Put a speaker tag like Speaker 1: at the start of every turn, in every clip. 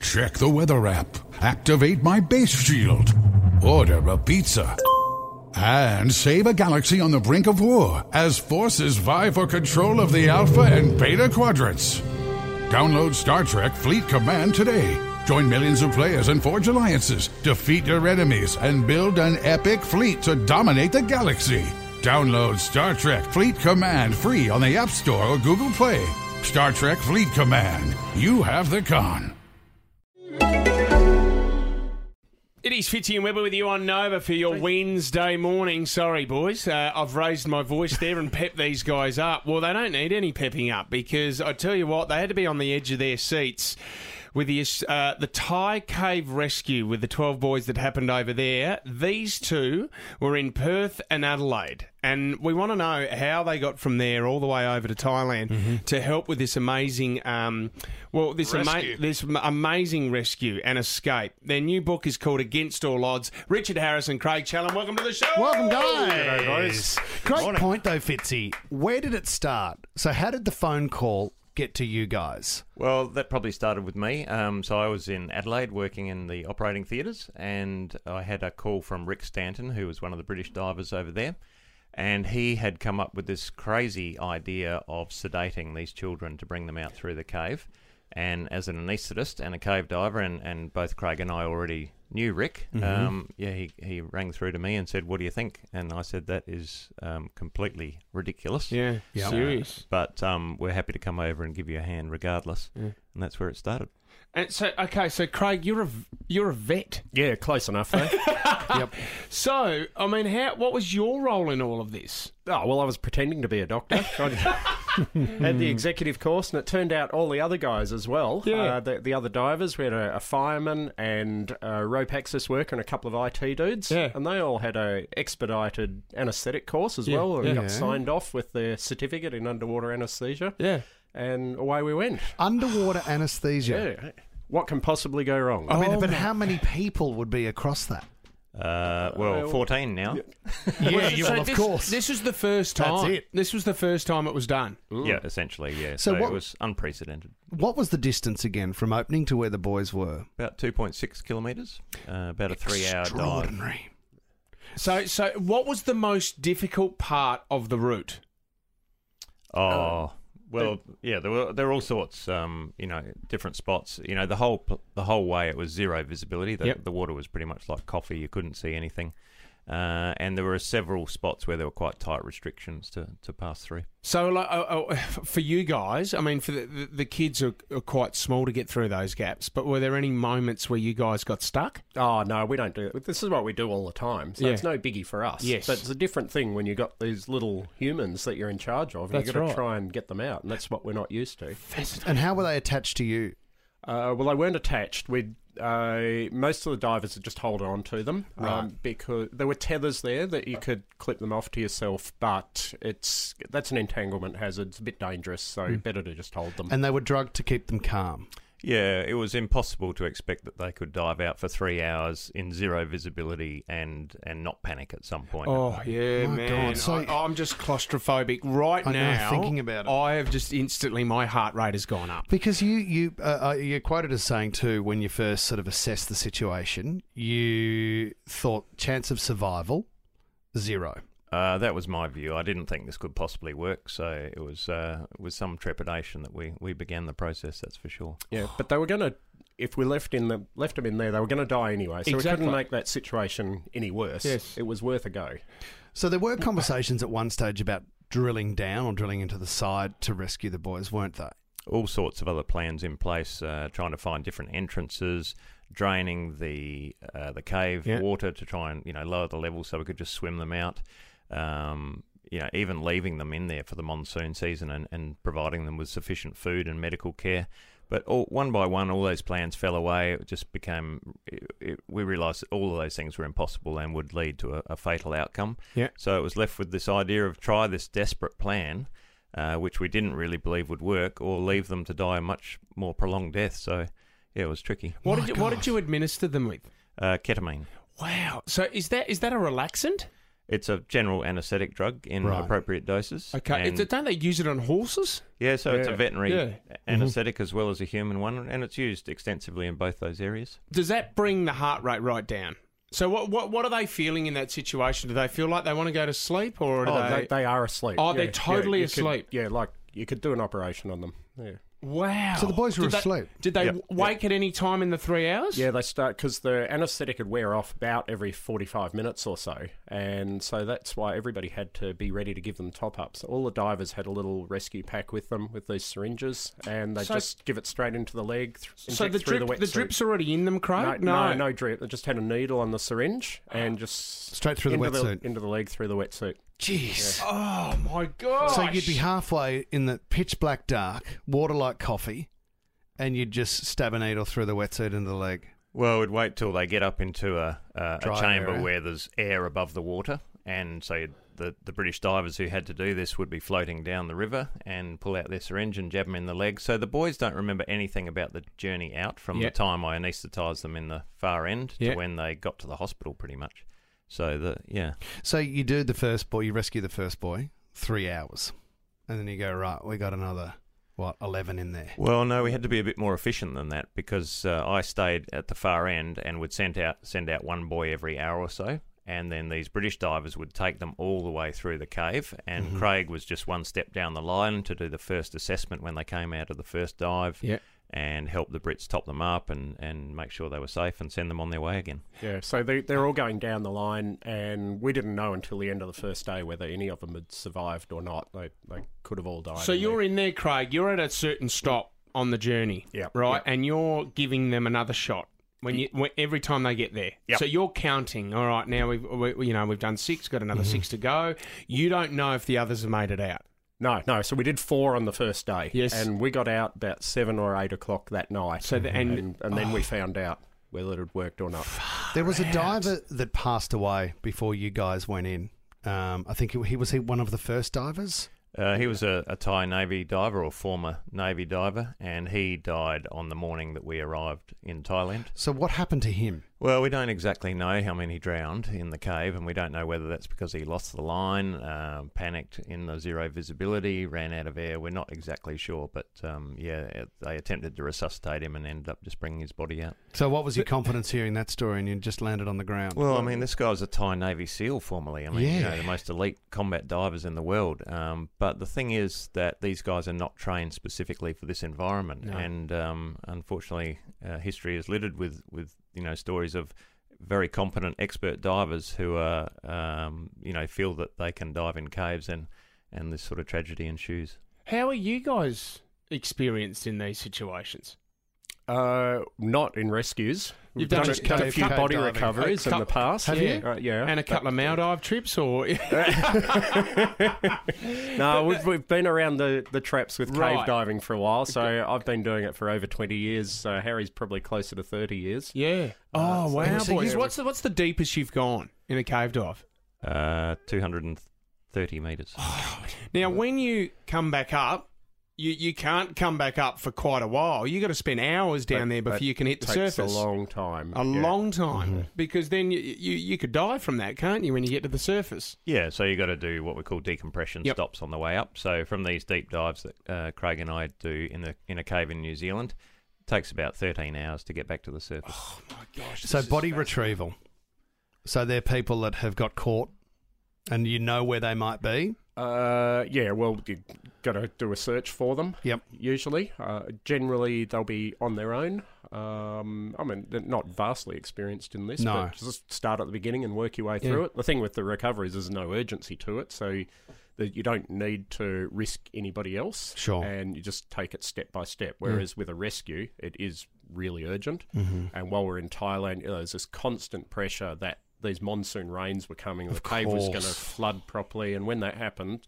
Speaker 1: Check the weather app. Activate my base shield. Order a pizza. And save a galaxy on the brink of war as forces vie for control of the Alpha and Beta quadrants. Download Star Trek Fleet Command today. Join millions of players and forge alliances, defeat your enemies, and build an epic fleet to dominate the galaxy. Download Star Trek Fleet Command free on the App Store or Google Play. Star Trek Fleet Command. You have the con.
Speaker 2: It is Fitzy and Webber with you on Nova for your Wednesday morning. Sorry, boys, uh, I've raised my voice there and pepped these guys up. Well, they don't need any pepping up because I tell you what, they had to be on the edge of their seats with the uh, the Thai cave rescue with the twelve boys that happened over there. These two were in Perth and Adelaide, and we want to know how they got from there all the way over to Thailand
Speaker 3: Mm-hmm.
Speaker 2: to help with this amazing, um, well, this ama-
Speaker 3: Rescue.
Speaker 2: this m- amazing rescue and escape. Their new book is called Against All Odds. Richard Harris and Craig Challen, welcome to the show.
Speaker 4: Welcome, guys.
Speaker 3: G'day, guys.
Speaker 4: Great
Speaker 3: Morning.
Speaker 4: point, though, Fitzy. Where did it start? So, how did the phone call get to you guys?
Speaker 5: Well, that probably started with me. Um, so I was in Adelaide working in the operating theatres, and I had a call from Rick Stanton, who was one of the British divers over there. And he had come up with this crazy idea of sedating these children to bring them out through the cave. And as an anaesthetist and a cave diver, and, and both Craig and I already knew Rick, um, yeah, he, he rang through to me and said, What do you think? And I said, That is um, completely ridiculous.
Speaker 2: Yeah,
Speaker 4: Yeah.
Speaker 2: serious.
Speaker 5: But um, we're happy to come over and give you a hand regardless. And that's where it started.
Speaker 2: And so, okay, so Craig, you're a you're a vet.
Speaker 3: Yeah, close enough eh? though.
Speaker 2: So, I mean, how what was your role in all of this?
Speaker 3: oh well, I was pretending to be a doctor. I had the executive course, and it turned out all the other guys as well.
Speaker 2: Yeah.
Speaker 3: Uh, the, the other divers, we had a, a fireman and a rope access worker and a couple of IT dudes.
Speaker 2: Yeah.
Speaker 3: And they all had a expedited anaesthetic course as well, and
Speaker 2: yeah.
Speaker 3: got signed off with their certificate in underwater anaesthesia.
Speaker 2: Yeah.
Speaker 3: And away we went.
Speaker 4: Underwater anesthesia.
Speaker 3: Yeah. What can possibly go wrong?
Speaker 4: I mean,
Speaker 2: Oh,
Speaker 4: but
Speaker 2: my-
Speaker 4: how many people would be across that?
Speaker 5: Uh, well, 14 now.
Speaker 2: Yeah,
Speaker 4: you- of
Speaker 2: this,
Speaker 4: course.
Speaker 2: This was the first time.
Speaker 4: That's it.
Speaker 2: This was the first time it was done.
Speaker 5: Yeah, essentially, yeah.
Speaker 4: So
Speaker 5: So,
Speaker 4: what-
Speaker 5: it was unprecedented.
Speaker 4: What was the distance again from opening to where the boys were?
Speaker 5: About 2.6 kilometres, uh, about a three hour dive.
Speaker 4: Extraordinary.
Speaker 2: So, so what was the most difficult part of the route?
Speaker 5: Oh, well, yeah, there were there were all sorts, um, you know, different spots. You know, the whole pl- the whole way it was zero visibility. The,
Speaker 2: Yep.
Speaker 5: the water was pretty much like coffee; you couldn't see anything. Uh, and there were several spots where there were quite tight restrictions to, to pass through.
Speaker 2: So, like, oh, oh, for you guys, I mean, for the, the, the kids are, are quite small to get through those gaps. But were there any moments where you guys got stuck?
Speaker 3: Oh no, we don't do it. This is what we do all the time, so
Speaker 2: Yeah.
Speaker 3: it's no biggie for us.
Speaker 2: Yes.
Speaker 3: but it's a different thing when you got these little humans that you're in charge of. and
Speaker 2: That's
Speaker 3: You've got to
Speaker 2: right.
Speaker 3: try and get them out, and that's what we're not used to.
Speaker 4: And how were they attached to you?
Speaker 3: Uh, well, they weren't attached. We uh, most of the divers would just hold on to them um, because there were tethers there that you could clip them off to yourself. But it's that's an entanglement hazard. It's a bit dangerous, so
Speaker 2: Hmm.
Speaker 3: better to just hold them.
Speaker 4: And they were drugged to keep them calm.
Speaker 5: Yeah, it was impossible to expect that they could dive out for three hours in zero visibility and and not panic at some point.
Speaker 2: Oh yeah,
Speaker 4: My
Speaker 2: man!
Speaker 4: God, so-
Speaker 2: I, am just claustrophobic right
Speaker 4: I know,
Speaker 2: now.
Speaker 4: thinking about it.
Speaker 2: I have just instantly my heart rate has gone up.
Speaker 4: Because you you uh, uh, you're quoted as saying too when you first sort of assessed the situation, you thought chance of survival zero.
Speaker 5: Uh, that was my view. I didn't think this could possibly work, so it was uh, with some trepidation that we, we began the process. That's for sure.
Speaker 3: Yeah, but they were going to. If we left in the left them in there, they were going to die anyway. So we
Speaker 2: Exactly.
Speaker 3: couldn't make that situation any worse.
Speaker 2: Yes.
Speaker 3: it was worth a go.
Speaker 4: So there were conversations at one stage about drilling down or drilling into the side to rescue the boys, weren't they?
Speaker 5: All sorts of other plans in place, uh, trying to find different entrances, draining the uh, the cave
Speaker 2: Yeah.
Speaker 5: water to try and you know lower the level so we could just swim them out. Um, you know, even leaving them in there for the monsoon season and, and providing them with sufficient food and medical care. But all, one by one, all those plans fell away. It just became, it, it, we realised that all of those things were impossible and would lead to a, a fatal outcome.
Speaker 2: Yeah.
Speaker 5: So it was left with this idea of try this desperate plan, uh, which we didn't really believe would work, or leave them to die a much more prolonged death. So, yeah, it was tricky.
Speaker 2: What
Speaker 4: My
Speaker 2: did you, what
Speaker 4: God.
Speaker 2: did you administer them with?
Speaker 5: Uh, ketamine.
Speaker 2: Wow. So is that is that a relaxant?
Speaker 5: It's a general anaesthetic drug in
Speaker 4: Right.
Speaker 5: appropriate doses.
Speaker 2: Okay.
Speaker 5: and-
Speaker 2: It- don't they use it on horses?
Speaker 5: yeah, so it's a
Speaker 3: Yeah.
Speaker 5: veterinary
Speaker 2: Yeah.
Speaker 5: anaesthetic as well as a human one, and it's used extensively in both those areas.
Speaker 2: Does that bring the heart rate right down? So what what what are they feeling in that situation? Do they feel like they want to go to sleep, or do
Speaker 3: Oh,
Speaker 2: they,
Speaker 3: they, they are asleep.
Speaker 2: Oh, they're totally
Speaker 3: you could-
Speaker 2: asleep.
Speaker 3: yeah, like you could do an operation on them. Yeah,
Speaker 2: Wow.
Speaker 4: So the boys were
Speaker 2: did they-
Speaker 4: asleep.
Speaker 2: did they
Speaker 5: Yeah.
Speaker 2: w- wake at any time in the three hours?
Speaker 3: yeah, they start because the anaesthetic would wear off about every forty-five minutes or so, and so that's why everybody had to be ready to give them top-ups. All the divers had a little rescue pack with them with these syringes, and they
Speaker 2: So-
Speaker 3: just give it straight into the leg. Th-
Speaker 2: So
Speaker 3: inject
Speaker 2: the
Speaker 3: through
Speaker 2: drip, the,
Speaker 3: the, wetsuit.
Speaker 2: drip's already in them,
Speaker 3: No,
Speaker 2: Craig.
Speaker 3: no, no drip. They just had a needle on the syringe and just
Speaker 4: Ah. Straight through the
Speaker 3: into
Speaker 4: wetsuit.
Speaker 3: into the leg through the wetsuit.
Speaker 4: Jeez.
Speaker 2: Oh my god.
Speaker 4: So you'd be halfway in the pitch black dark, water like coffee, and you'd just stab a needle through the wetsuit into the leg.
Speaker 5: Well, we'd wait till they get up into a, a, a
Speaker 4: Dry
Speaker 5: chamber
Speaker 4: area.
Speaker 5: where there's air above the water, and so the the British divers who had to do this would be floating down the river and pull out their syringe and jab them in the leg. So the boys don't remember anything about the journey out from
Speaker 2: Yeah.
Speaker 5: the time I anaesthetised them in the far end
Speaker 2: Yeah.
Speaker 5: to when they got to the hospital, pretty much. So the yeah,
Speaker 4: So you do the first boy, you rescue the first boy, three hours, and then you go right. We got another what eleven in there.
Speaker 5: Well, no, we had to be a bit more efficient than that because uh, I stayed at the far end and would send out send out one boy every hour or so, and then these British divers would take them all the way through the cave, and Craig was just one step down the line to do the first assessment when they came out of the first dive.
Speaker 2: Yeah.
Speaker 5: And help the Brits top them up and, and make sure they were safe and send them on their way again.
Speaker 3: Yeah, so they,
Speaker 4: Ah.
Speaker 3: they're all going down the line, and we didn't know until the end of the first day whether any of them had survived or not. They, they could have all died.
Speaker 2: So you're in there, Craig. You're at a certain stop on the journey,
Speaker 3: Yep.
Speaker 2: right? And you're giving them another shot when you when, every time they get there.
Speaker 5: Yep.
Speaker 2: So you're counting. All right, now we've we, you know we've done six, got another six to go. You don't know if the others have made it out.
Speaker 3: No, no. So we did four on the first day.
Speaker 2: Yes.
Speaker 3: And we got out about seven or eight o'clock that night.
Speaker 2: So the- Ah. and-
Speaker 3: and, and, then we found out whether it had worked or not.
Speaker 4: There was a diver that passed away before you guys went in. Um, I think he, he was he one of the first divers.
Speaker 5: Uh, he was a, a Thai Navy diver or former Navy diver, and he died on the morning that we arrived in Thailand.
Speaker 4: So what happened to him?
Speaker 5: Well, we don't exactly know how many drowned in the cave, and we don't know whether that's because he lost the line, uh, panicked in the zero visibility, ran out of air. We're not exactly sure, but um, yeah, it- they attempted to resuscitate him and ended up just bringing his body out.
Speaker 4: So what was your confidence hearing that story, and you just landed on the ground?
Speaker 5: Well, I mean, this guy was a Thai Navy SEAL formerly. I mean, you know,
Speaker 4: Yeah.
Speaker 5: the most elite combat divers in the world. Um, but the thing is that these guys are not trained specifically for this environment,
Speaker 2: No.
Speaker 5: and um, unfortunately, uh, history is littered with with you know stories of very competent expert divers who are um, you know feel that they can dive in caves and and this sort of tragedy ensues.
Speaker 2: How are you guys experienced in these situations?
Speaker 3: Uh, not in rescues.
Speaker 2: You've done
Speaker 3: a,
Speaker 2: it-
Speaker 3: done a
Speaker 4: cave-
Speaker 3: few
Speaker 4: cave
Speaker 3: body
Speaker 4: diving.
Speaker 3: recoveries
Speaker 2: A
Speaker 3: in the
Speaker 2: couple-
Speaker 3: past.
Speaker 2: have
Speaker 3: yeah.
Speaker 2: you?
Speaker 3: Uh, yeah.
Speaker 2: and a couple of Maldive trips, or
Speaker 3: No, we've, we've been around the, the traps with cave
Speaker 2: Right.
Speaker 3: diving for a while, so I've been doing it for over 20 years, so Harry's probably closer to 30 years.
Speaker 2: yeah. Oh wow,
Speaker 4: so
Speaker 2: boys!
Speaker 4: you-
Speaker 2: What's the, what's the deepest you've gone in a cave dive?
Speaker 5: Uh, Two hundred and thirty meters.
Speaker 2: Now, when you come back up, you, you can't come back up for quite a while. You got to spend hours down there
Speaker 3: That-
Speaker 2: before
Speaker 3: that
Speaker 2: you can hit the
Speaker 3: takes
Speaker 2: surface.
Speaker 3: a long time.
Speaker 2: A
Speaker 3: yeah. Mm-hmm.
Speaker 2: long time, because then you, you you could die from that, can't you? When you get to the surface,
Speaker 5: Yeah, so you got to do what we call decompression
Speaker 2: Yep.
Speaker 5: stops on the way up. So from these deep dives that uh, Craig and I do in the in a cave in New Zealand, takes about 13 hours to get back to the surface.
Speaker 4: so body retrieval. So they're people that have got caught, and you know where they might be.
Speaker 3: Uh, yeah, well, you got to do a search for them.
Speaker 4: Yep.
Speaker 3: Usually, uh, generally they'll be on their own. Um, I mean, they're not vastly experienced in this,
Speaker 4: No.
Speaker 3: but just start at the beginning and work your way through it. The thing with the recoveries is there's no urgency to it, so that you don't need to risk anybody else.
Speaker 4: Sure.
Speaker 3: And you just take it step by step. Whereas with a rescue, it is really urgent. And while we're in Thailand, you know, there's this constant pressure that these monsoon rains were coming, the cave was going to
Speaker 4: course.
Speaker 3: flood properly, and when that happened.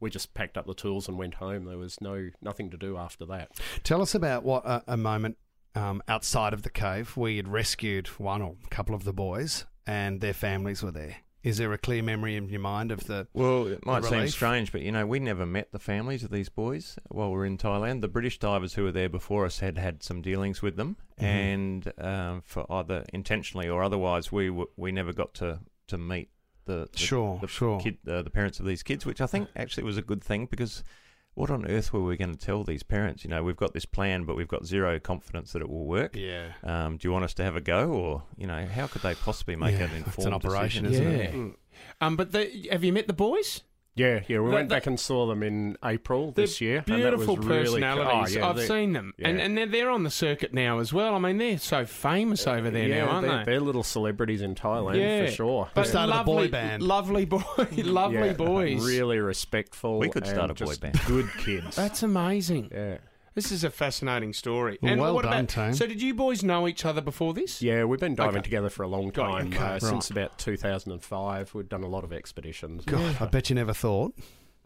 Speaker 3: We just packed up the tools and went home. There was no nothing to do after that.
Speaker 4: Tell us about what a, a moment um, outside of the cave where you'd rescued one or a couple of the boys and their families were there. Is there a clear memory in your mind of the?
Speaker 5: Well, it might seem
Speaker 4: relief.
Speaker 5: strange, but you know, we never met the families of these boys while we were in Thailand. The British divers who were there before us had had some dealings with them, uh, and um for either intentionally or otherwise, we w- we never got to to meet the, the
Speaker 4: Sure,
Speaker 5: the
Speaker 4: sure.
Speaker 5: kid, uh, the parents of these kids, which I think actually was a good thing because what on earth were we going to tell these parents? You know, we've got this plan, but we've got zero confidence that it will work.
Speaker 4: Yeah.
Speaker 5: Um, do you want us to have a go, or you know, how could they possibly make
Speaker 4: Yeah,
Speaker 5: an
Speaker 4: it's an
Speaker 5: informed
Speaker 4: operation,
Speaker 5: decision?
Speaker 4: isn't
Speaker 2: yeah. Um, but the, have you met the boys?
Speaker 3: Yeah, yeah. We
Speaker 2: They-
Speaker 3: went
Speaker 2: they-
Speaker 3: back and saw them in April
Speaker 2: They're
Speaker 3: this year. and that was
Speaker 2: beautiful
Speaker 3: really cool. Oh,
Speaker 2: personalities.
Speaker 3: yeah,
Speaker 2: I've
Speaker 3: they-
Speaker 2: seen them, and
Speaker 3: yeah.
Speaker 2: and they're, they're on the circuit now as well. I mean, they're so famous over there
Speaker 3: Uh, yeah,
Speaker 2: now, aren't
Speaker 3: they're,
Speaker 2: they?
Speaker 3: are little celebrities in Thailand
Speaker 2: Yeah.
Speaker 3: for sure.
Speaker 2: But
Speaker 4: Started a boy
Speaker 2: lovely-
Speaker 4: band.
Speaker 2: lovely boy, lovely
Speaker 3: Yeah,
Speaker 2: boys.
Speaker 3: Really respectful.
Speaker 5: We could start
Speaker 3: and
Speaker 5: a boy
Speaker 3: just
Speaker 5: band.
Speaker 3: Good kids.
Speaker 2: That's amazing.
Speaker 3: yeah.
Speaker 2: This is a fascinating story.
Speaker 4: Well,
Speaker 2: and
Speaker 4: well
Speaker 2: what
Speaker 4: done,
Speaker 2: about,
Speaker 4: Tane.
Speaker 2: So, did you boys know each other before this?
Speaker 3: Yeah, we've been diving
Speaker 2: Okay.
Speaker 3: together for a long
Speaker 2: Got you.
Speaker 3: time
Speaker 4: Okay,
Speaker 3: uh,
Speaker 4: right.
Speaker 3: since about 2005. We've done a lot of expeditions.
Speaker 4: God, Oh, I bet you never thought.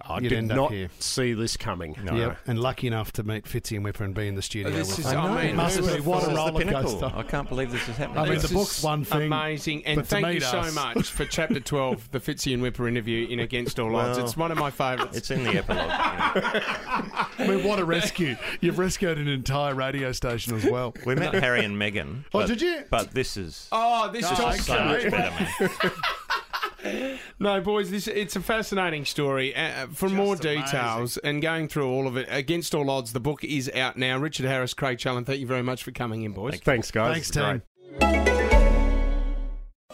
Speaker 3: I
Speaker 4: You'd
Speaker 3: did
Speaker 4: end up
Speaker 3: not
Speaker 4: here.
Speaker 3: see this coming.
Speaker 5: No.
Speaker 4: Yep. And lucky enough to meet Fitzy and Whipper and be in the studio
Speaker 2: This
Speaker 4: with
Speaker 2: is-
Speaker 4: them.
Speaker 2: I mean,
Speaker 4: It must
Speaker 2: who
Speaker 4: have been
Speaker 2: would've
Speaker 4: what a
Speaker 5: This is the
Speaker 4: roller
Speaker 5: pinnacle.
Speaker 4: coaster.
Speaker 5: I can't believe this is happening.
Speaker 4: I mean,
Speaker 2: This
Speaker 4: the
Speaker 2: is
Speaker 4: book's one thing.
Speaker 2: Amazing. And
Speaker 4: but to
Speaker 2: thank you
Speaker 4: meet
Speaker 2: so
Speaker 4: us-
Speaker 2: much for chapter 12, The Fitzy and Whipper interview in Against All Odds.
Speaker 5: Well,
Speaker 2: It's one of my favourites.
Speaker 5: it's in the epilogue. you know.
Speaker 4: I mean, what a rescue. You've rescued an entire radio station as well.
Speaker 5: We met Harry and Meghan.
Speaker 4: Oh,
Speaker 5: but-
Speaker 4: did you?
Speaker 5: But this is
Speaker 2: Oh, this
Speaker 5: so
Speaker 2: talks
Speaker 5: much better, man.
Speaker 2: No, boys, this it's a fascinating story. Uh, for more
Speaker 4: amazing.
Speaker 2: details and going through all of it, Against All Odds, the book is out now. Richard Harris, Craig Challen, thank you very much for coming in, boys.
Speaker 3: Thanks, guys.
Speaker 4: Thanks,
Speaker 3: It's great.
Speaker 4: team.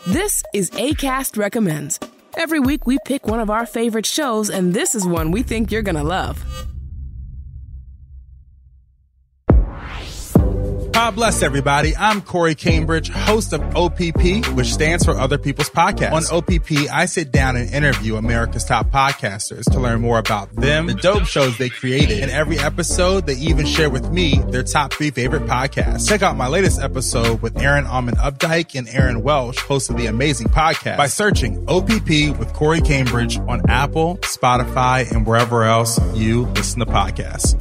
Speaker 6: This is ACAST Recommends. Every week we pick one of our favorite shows, and this is one we think you're gonna love.
Speaker 7: God bless everybody. I'm Corey Cambridge, host of OPP, which stands for Other People's Podcast. On OPP, I sit down and interview America's top podcasters to learn more about them, the dope shows they created, and every episode they even share with me their top three favorite podcasts. Check out my latest episode with Aaron Almond Updike and Aaron Welsh, hosts of the amazing podcast, by searching OPP with Corey Cambridge on Apple, Spotify, and wherever else you listen to podcasts.